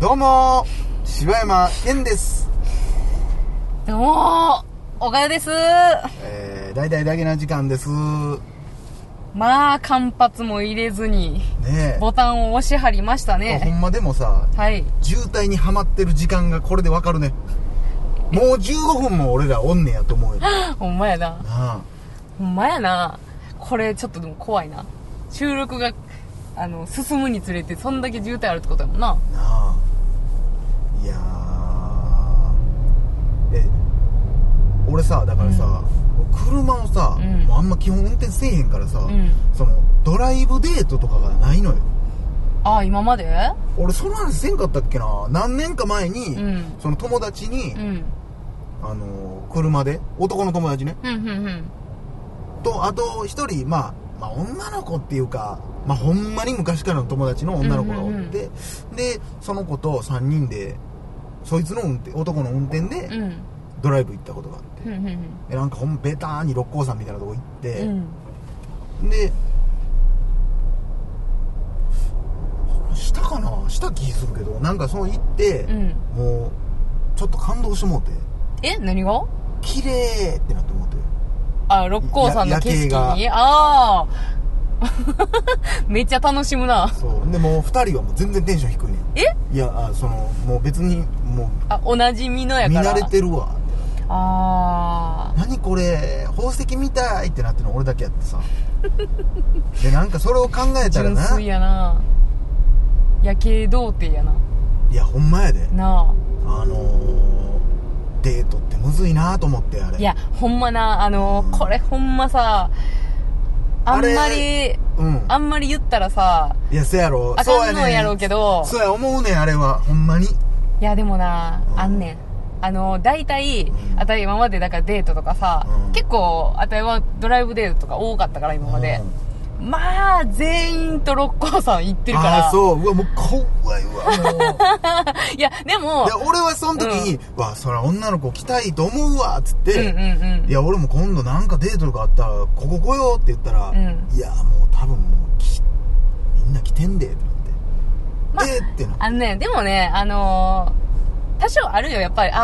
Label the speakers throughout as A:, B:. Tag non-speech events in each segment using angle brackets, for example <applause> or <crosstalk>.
A: どうも柴山健です、
B: どうもおかよです
A: えー、大体だけな時間です
B: まあ間髪も入れずに
A: ね
B: ボタンを押しはりました
A: えほ
B: ね
A: んまでもさ
B: はい
A: 渋滞にはまってる時間がこれでわかるねもう15分も俺らおんねやと思う
B: <laughs>
A: よな
B: ほんまやな
A: あ
B: ほんまやなこれちょっとでも怖いな収録があの進むにつれてそんだけ渋滞あるってことやもんな
A: なあいやーえ俺さだからさ、車をさ、
B: うん
A: もうあんま基本運転せえへんからさ、
B: うん
A: そのドライブデートとかがないのよ
B: ああ今まで
A: 俺その話せんかったっけな何年か前に、
B: うん
A: その友達に、
B: うん
A: あのー車で男の友達ね
B: うんうんうん
A: とあと一人、まあ、まあ女の子っていうか、まあ、ほんまに昔からの友達の女の子がおって、
B: うんうんうん
A: でその子と3人でそいつの運転男の運転
B: う
A: で
B: ん
A: ドライブ行ったことがあって、
B: うんうんうん
A: でなんかほんまベターに六甲山みたいなとこ行って、
B: うん
A: でしたかなした気するけどなんかその行って、
B: うん
A: もうちょっと感動してもうて
B: え何が
A: 綺麗ってなってもうて
B: あ六甲山の景
A: や夜景が
B: 色にああ <laughs> めっちゃ楽しむな
A: そうでもう2人はもう全然テンション低いねん
B: え
A: いやあそのもう別にも
B: あおなじみの
A: う
B: や
A: 見
B: から
A: 慣れてるわ
B: あ
A: 何これ宝石みたいってなってるの俺だけやって
B: <laughs>
A: さでなんかそれを考え
B: あ
A: たら
B: 純
A: な
B: 粋
A: い
B: やな夜景童貞やな
A: やほんまやで
B: な
A: あのー、デートってむずいなと思ってあれ
B: あいやほんまなあの
A: うん
B: これほんまさあん
A: あ
B: まり
A: れうん
B: あんまり言ったらさ
A: いやせやろ
B: あ
A: そう
B: か
A: や
B: んの
A: ね
B: やろうけど
A: そうや思うねんあれはほんまに
B: いやでもな
A: うん
B: あんねんあの大体
A: うん
B: あたい今までだからデートとかさ
A: うん
B: 結構あたいはドライブデートとか多かったから今までまあ全員と六甲山行って
A: うん
B: る
A: あ
B: か
A: ーそううわもう怖い
B: <laughs>
A: わもう
B: らいやでも
A: いや俺はその時に「わそら女の子来たいと思うわ」っつって、
B: うんうんうん
A: いや俺も今度なんかデートとかあったら「ここ来よ」って言ったら「
B: うん
A: いやもう多分もうきみんな来てんで」ってなって「
B: まあ
A: えーってな
B: あのね、でもね、あのー多少あるよ、やっぱり。あー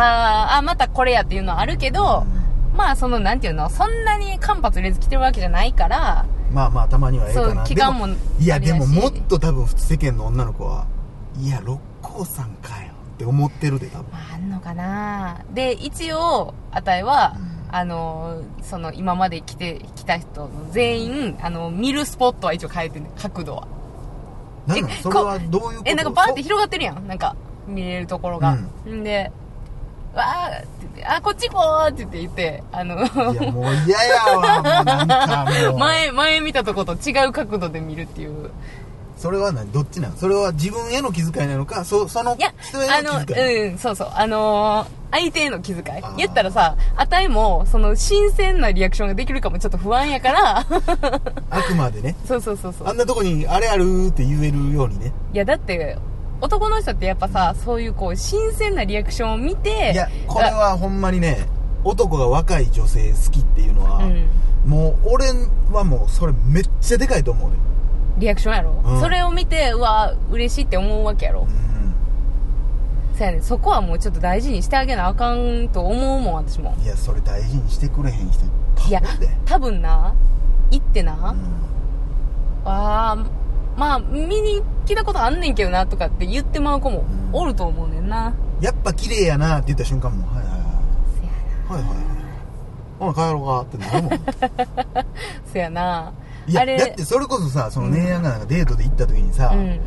B: あー、またこれやっていうのはあるけど、まあ、その、なんていうの、そんなに間髪入れず来てるわけじゃないから、
A: まあまあたまにはええ
B: そ
A: かな
B: う、期間
A: で
B: も
A: いやでももっ
B: と。
A: と多分普通世間の女の子は「いや六甲山かよ」って思ってるで多分
B: まあ、あんのかなで、一応、あたいは、
A: うん
B: あのーその、今まで来て、来た人の全員、あの、見るスポットは一応変えてね、角度は。
A: なんなの
B: え
A: それはどういうこと
B: え、なんかバーって広がってるやん、なんか、見れるところが。んで、わーって言って、あ、こっち行こうって言って言って、あの、
A: そういやもう嫌やわもうなんかもう
B: <laughs> 前前見たとこと違う角度で見るっていう
A: それは何どっちなのそれは自分への気遣いなのかそその
B: いや
A: 人へ
B: あ
A: の気遣い
B: のうんそうそうあのー相手への気遣い
A: あー
B: 言ったらさあたいもその新鮮なリアクションができるかもちょっと不安やから <laughs>
A: あくまでね
B: そうそうそうそ
A: あ
B: うん
A: なとこにあれあるって言えるようにね
B: いやだって男の人ってやっぱさそういうこう新鮮なリアクションを見て
A: いやこれはほんまにね男が若い女性好きっていうのは、
B: あうん
A: もう俺はもうそれめっちゃでかいと思うね
B: リアクションやろ、
A: うん
B: それを見てうわ嬉しいって思うわけやろ、
A: う
B: そうやねんそこはもうちょっと大事にしてあげなあかんと思うもん私も
A: んいやそれ大事にしてくれへん人いっぱ
B: い
A: い
B: や
A: おるで
B: 多分な行ってな、
A: うん
B: ああまあ見に来たことあんねんけどなとかって言ってまう子も
A: うん
B: おると思うねんな、
A: やっぱ綺麗やなって言った瞬間もはいはい
B: せや
A: はいはいはいはいほな帰ろうかってなるもん
B: なせやない
A: や
B: あれ
A: だってそれこそさその姉やんがなんかデートで行った時にさ、
B: うん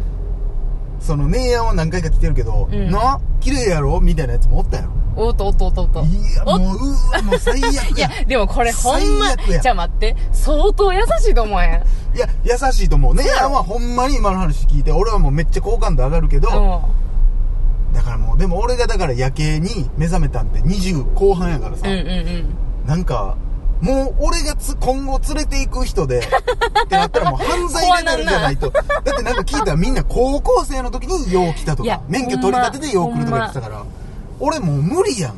A: その姉やんは何回か来てるけど、
B: うん
A: な綺麗やろみたいなやつもおったやろ
B: おっとおっとおっとおっと
A: いやもううわもう最悪や
B: <laughs> いやでもこれほんま
A: 最悪や
B: じゃあ待って相当優しいと思えん
A: いや、優しいと思う。ねえ、
B: うやろ
A: はほんまに今の話聞いて、俺はもうめっちゃ好感度上がるけど、だからもう、でも俺がだから夜景に目覚めたんって20後半やからさ、
B: うんうんうんうん
A: なんか、もう俺がつ今後連れて行く人
B: <laughs>
A: で、ってなったらもう犯罪レベルじゃないと。だってなんか聞いたらみんな高校生の時によう来たと
B: いや
A: か、免許取り立てでよう来るとか言ってたから、俺もう無理やん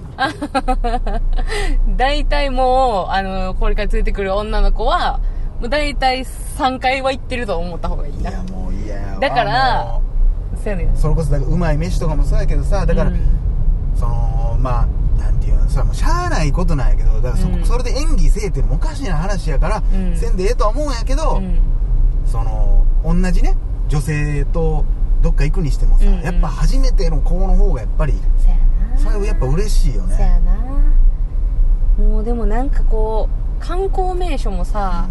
B: 大体もう、あの、これから連れてくる女の子は、もう大体3回は行ってると思った方がいい
A: い
B: な。
A: やもう嫌やわ
B: だから
A: も
B: そうやねん
A: うそれこそだからうまい飯とかもそうやけどさだから、
B: うん
A: そのまあなんていうのさもうしゃあないことなんやけどだからそ,、
B: うん
A: それで演技せえってもおかしな話やから、
B: うん
A: せんでええとは思うんやけど、
B: うん
A: その同じね女性とどっか行くにしてもさ、
B: うんうん
A: やっぱ初めての子の方がやっぱり
B: そやな
A: それはやっぱ嬉しいよ
B: そ
A: ね
B: やなもうでもなんかこう観光名所もさ、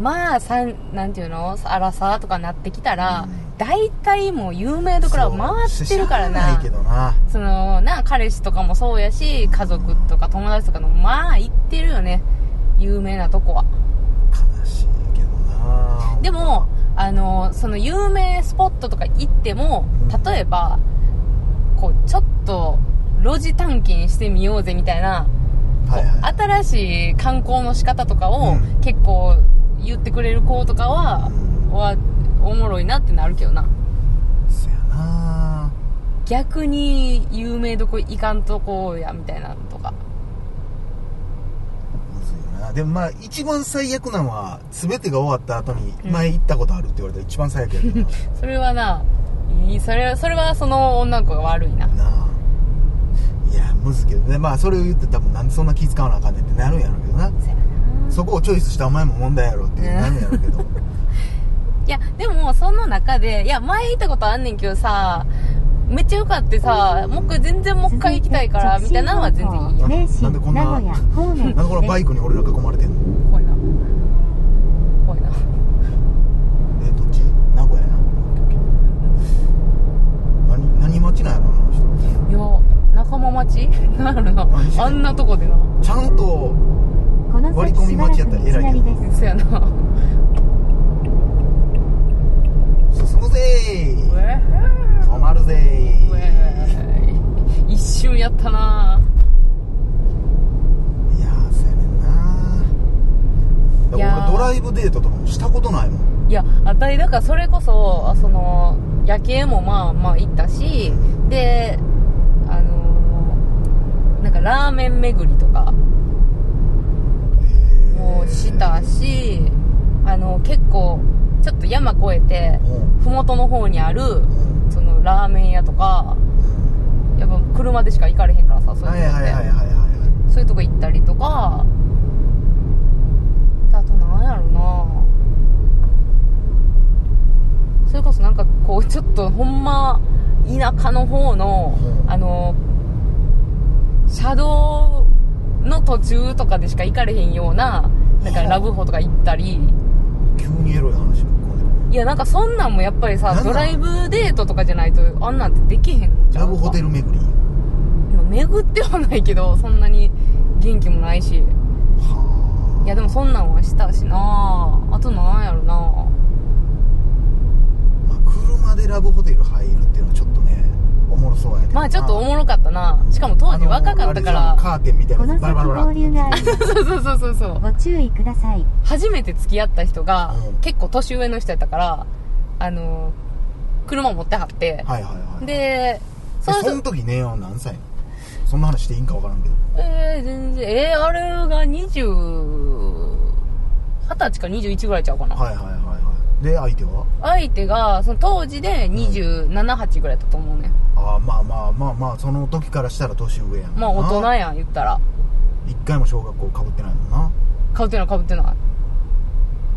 B: まあさんなんていうの荒さとかなってきたら、
A: うん
B: 大体もう有名
A: だ
B: どころは回ってるからな
A: ないけどな
B: そのな彼氏とかもそうやし家族とか友達とかのまあ行ってるよね有名なとこは
A: 悲しいけどな
B: でもあのその有名スポットとか行っても
A: うん
B: 例えばこうちょっと路地探検してみようぜみたいな、
A: はいはい
B: こう新しい観光の仕方とかを
A: うん
B: 結構言ってくれる子とかは、
A: うん
B: はおもろいなってなるけどな
A: そやな
B: 逆に有名どこ行かんとこやみたいなのとか
A: むずいなでもまあ一番最悪なのは全てが終わった後に前行ったことあるって言われたら一番最悪やけどな
B: それはないいそれそれはその女の子が悪いな
A: な <laughs> あいやむずいけどねまあそれを言って多分なんでそんな気使わなあかんねんってなるんやろうけどな
B: そやな
A: そこをチョイスしたお前も問題やろってなるんやろうけど
B: いや、でも、その中で、いや、前行ったことあんねんけどさ、めっちゃよかってさ、もう一回全然もう一回行きたいから、みたいなのは全然いいよ。
C: 名神
A: なんでこんな
C: 名古屋方面
A: なんでこのバイクに俺ら囲まれてんの
B: 怖いな。怖いな。
A: えどっち名古屋やな何何町なんやろあの人
B: いや、仲間町 <laughs> なるな。あんなとこでな。
A: ちゃんと
C: この
A: 割り込み待ちやったら偉いけど
C: 道なりです
B: そやな。
A: 進むぜ
B: う
A: ー
B: え
A: 止まるぜ
B: うえ一瞬やったない
A: やーそうやねんなだか
B: いやー
A: ら俺ドライブデートとかもしたことないもん
B: いや、あたい、だからそれこそ、あその、夜景もまあまあ行ったし、で、あのーなんかラーメン巡りとか、
A: えー
B: もうしたし、あの、結構、ちょっと山越えて
A: う、ん
B: ふもとの方にある、
A: うん
B: その、ラーメン屋とか、
A: うん
B: やっぱ車でしか行かれへんからさ、そう
A: はいいうはい
B: とこっ
A: はいはいは
B: て。
A: いはい
B: そういうとこ行ったりとか、あとなんやろなそれこそなんかこう、ちょっとほんま、田舎の方の
A: う、ん
B: あの、車道の途中とかでしか行かれへんような、なんか
A: はあ
B: ラブホとか行ったり、
A: 急にエロい話ぶっ込んでく
B: いやなんかそんなんもやっぱり
A: なん
B: さ
A: なん
B: ドライブデートとかじゃないとあんなんてできへん
A: る
B: じゃ
A: ラ
B: ん
A: ブホテル巡り
B: まあ巡ってはないけどそんなに元気もないし
A: はい
B: やでもそんなんはしたしなあとなんやろな
A: あ、まあ、車でラブホテル入るっていうのはちょっとねおもろそうやけどな
B: まあちょっとおもろかったなしかも当時若かったか
A: あのあれじゃ
B: ら
A: んカーテンみたい
C: こ
A: な
C: の
A: やつバラバラバラ
C: 先合流があり
B: そ
C: ま
B: うそうそうそうそう
C: すご注意ください
B: 初めて付き合った人が
A: うん
B: 結構年上の人やったからあの車持ってはって
A: はいはいはい
B: で
A: え
B: その
A: そ
B: 人
A: の時ね何歳なのそんな話していいんか分からんけど
B: えー、全然、えー、あれが20、20歳か21ぐらいちゃうかな。
A: はいはいはいはいで相手は
B: 相手が、その当時で27、8ぐらいだったと思うね。
A: ああまあまあまあまあその時からしたら年上やん
B: まあ大人やん、言ったら。
A: 一回も小学校かぶってないもんな
B: 被ってない、被ってな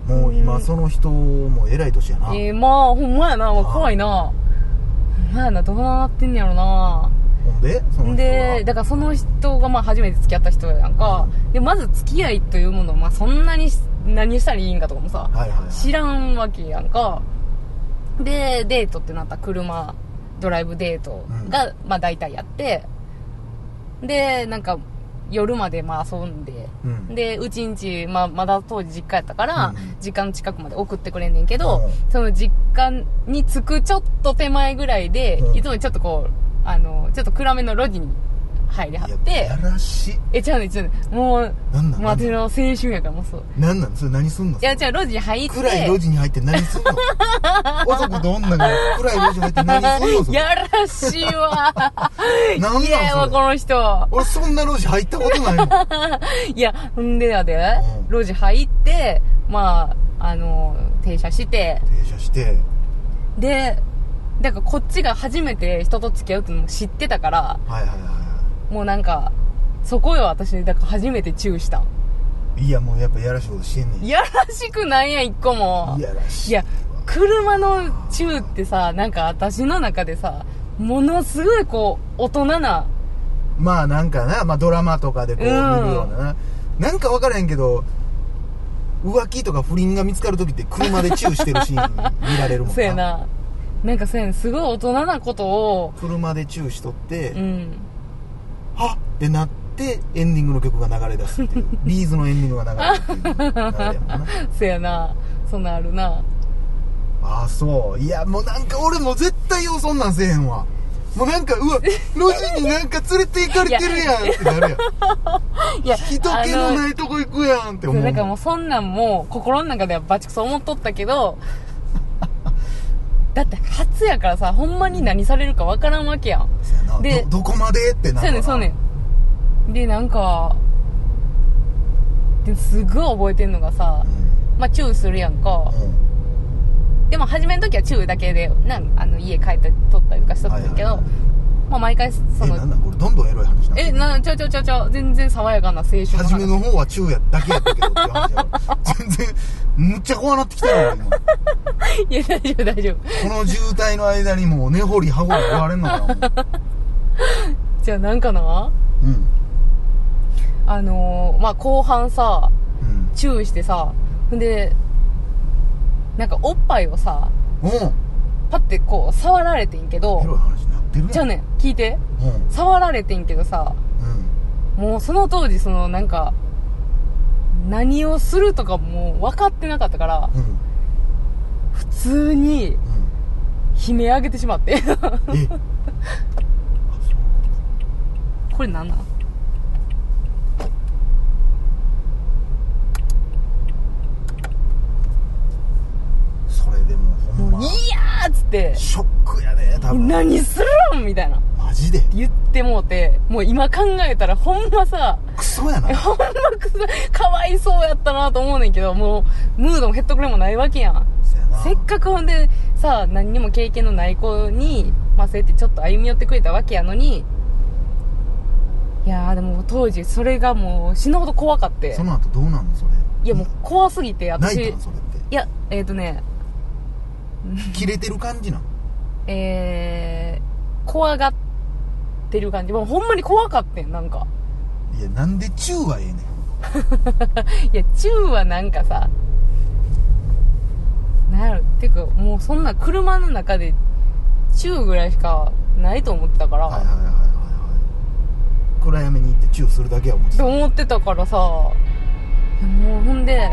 B: い。
A: もう
C: う
A: 今
C: ん
A: その人も偉い年やな、
B: えー、まあ、ほんまやな、怖いな。ほんまやな、どうなってんねやろな。
A: ほんでその人は
B: で、だからその人がまあ初めて付き合った人やんか。で、まず付き合いというものを、まあそんなにし、何したらいいんかとかもさ。
A: はいはいはい
B: 知らんわけやんかでデートってなったら車ドライブデートが、まあ大体やってでなんか夜までまあ遊んで
A: うん
B: でうちんち、まあ、まだ当時実家やったから、
A: うん
B: 実家の近くまで送ってくれんねんけど、
A: う
B: その実家に着くちょっと手前ぐらいで、
A: うん
B: いつもちょっとこうあのちょっと暗めの路地に入りはっ
A: や
B: て
A: やらし
B: えちゃうねんちゃうねんもう
A: なんなん
B: もう私の青春やからもうそう
A: なんなんそれ何すんの
B: いやじゃあ路地入って
A: 暗い路地に入って何
B: <laughs>
A: すんの男と女が暗い路地入って何すんのそれ
B: やらしいわ
A: <laughs> なんなん
B: 嫌やわ
A: そ
B: こ
A: れ
B: の人
A: 俺そんな路地入ったことないもん
B: いやほんでやで
A: う
B: 路地入ってまああの停車して
A: 停車して
B: でだからこっちが初めて人と付き合うってのも知ってたから
A: はいはいはいは
B: もうなんかそこよ私だから初めてチューしたん
A: いいやもうやっぱやらしいことしてんねん
B: いやらしくないやん一個も
A: いやらしい
B: いや車のチューってさなんか私の中でさものすごいこう大人な
A: まあなんかな、まあ、ドラマとかでこう見
B: う
A: る
B: ん
A: ようなな、なんか分からへんけど浮気とか不倫が見つかる時って車でチューしてるシ
B: <laughs>
A: ーン見られるもんな
B: そうやななんかそうやねすごい大人なことを
A: 車でチューしとって、
B: うん
A: はっってなってエンディングの曲が流れ出す
B: <laughs>
A: っていうビーズのエンディングが流れるっていう流れやもんな
B: そうやなそんなんあるな
A: ああそういやもうなんか俺もう絶対ようそんなんせえへんわもうなんかうわ路地になんか連れて行かれてるやんってな
B: <laughs>
A: るやん
B: いや
A: 人気の
B: い
A: ないとこ行くやんって思
B: そう
A: うも
B: なん
A: ん
B: かもうそんなんもう心の中ではバチクソ思っとったけど <laughs> だって初やからさほんまに何されるかわからんわけやん
A: そうやな
B: で
A: どどこまでってな
B: そう
A: るわ
B: やねん
A: な
B: そうやねんでなんかですごい覚えてんのがさ、まあチューするやんか、
A: うんうん
B: でも初めの時はチューだけでなんあの家帰って撮ったりとかしとったんだけど、
A: はいはいはい
B: まあ、毎回そ
A: えなんな
B: の
A: んこれどんどんエロい話になって
B: え
A: る
B: なちゃうちゃうちゃうちゃう全然爽やかな青春の話
A: 初めの方は中やだけやったけどっていう話やろ全然むっちゃ怖なってきたよ今こ
B: <laughs> いや大丈夫大丈夫
A: の渋滞の間にもう根掘り葉掘り言われんのかなも
B: じゃあなんかな
A: ううん
B: あのーまあ後半さ
A: うん
B: チューしてさほんでなんかおっぱいをさ
A: おう
B: パッてこう触られてんけ
A: エロ
B: ど
A: い話になってるやん
B: じゃあね聞いて
A: うんうん
B: 触られてんけどさもうその当時そのなんか何をするとかもう分かってなかったから
A: うん
B: 普通に悲鳴上げてしまって
A: うん
B: <laughs>
A: えあそう
B: これなんなん
A: それでもほん
B: も
A: ま
B: ういいやーっつって
A: ショックやで多分
B: 何するんみたいな
A: マジで
B: 言ってもうてもう今考えたらほんまさ
A: クソやな
B: ほんまくさかわいそうやったなと思うねんけどもうムードもヘッドクレもないわけやん
A: そやな
B: せっかくほんでさ何にも経験のない子にまあそうやってちょっと歩み寄ってくれたわけやのにいやーでも当時それがもう死ぬほど怖かって
A: その後どうなんのそれ
B: いやもう怖すぎて
A: 泣
B: 私
A: い
B: い
A: たんそれって
B: やえっ、ー、とね
A: 切れてる感じなん
B: えー、怖がってる感じ。もうほんまに怖かってん、なんか。
A: いやなんで中はええねん
B: いや、チューはなんかさ、なんやろ、てか、もうそんな車の中で、チューぐらいしかないと思ってたから、
A: はいはいはいはいはい暗闇に行ってチューするだけは思って
B: と
A: た
B: 思ってたからさ、いやもうほんで、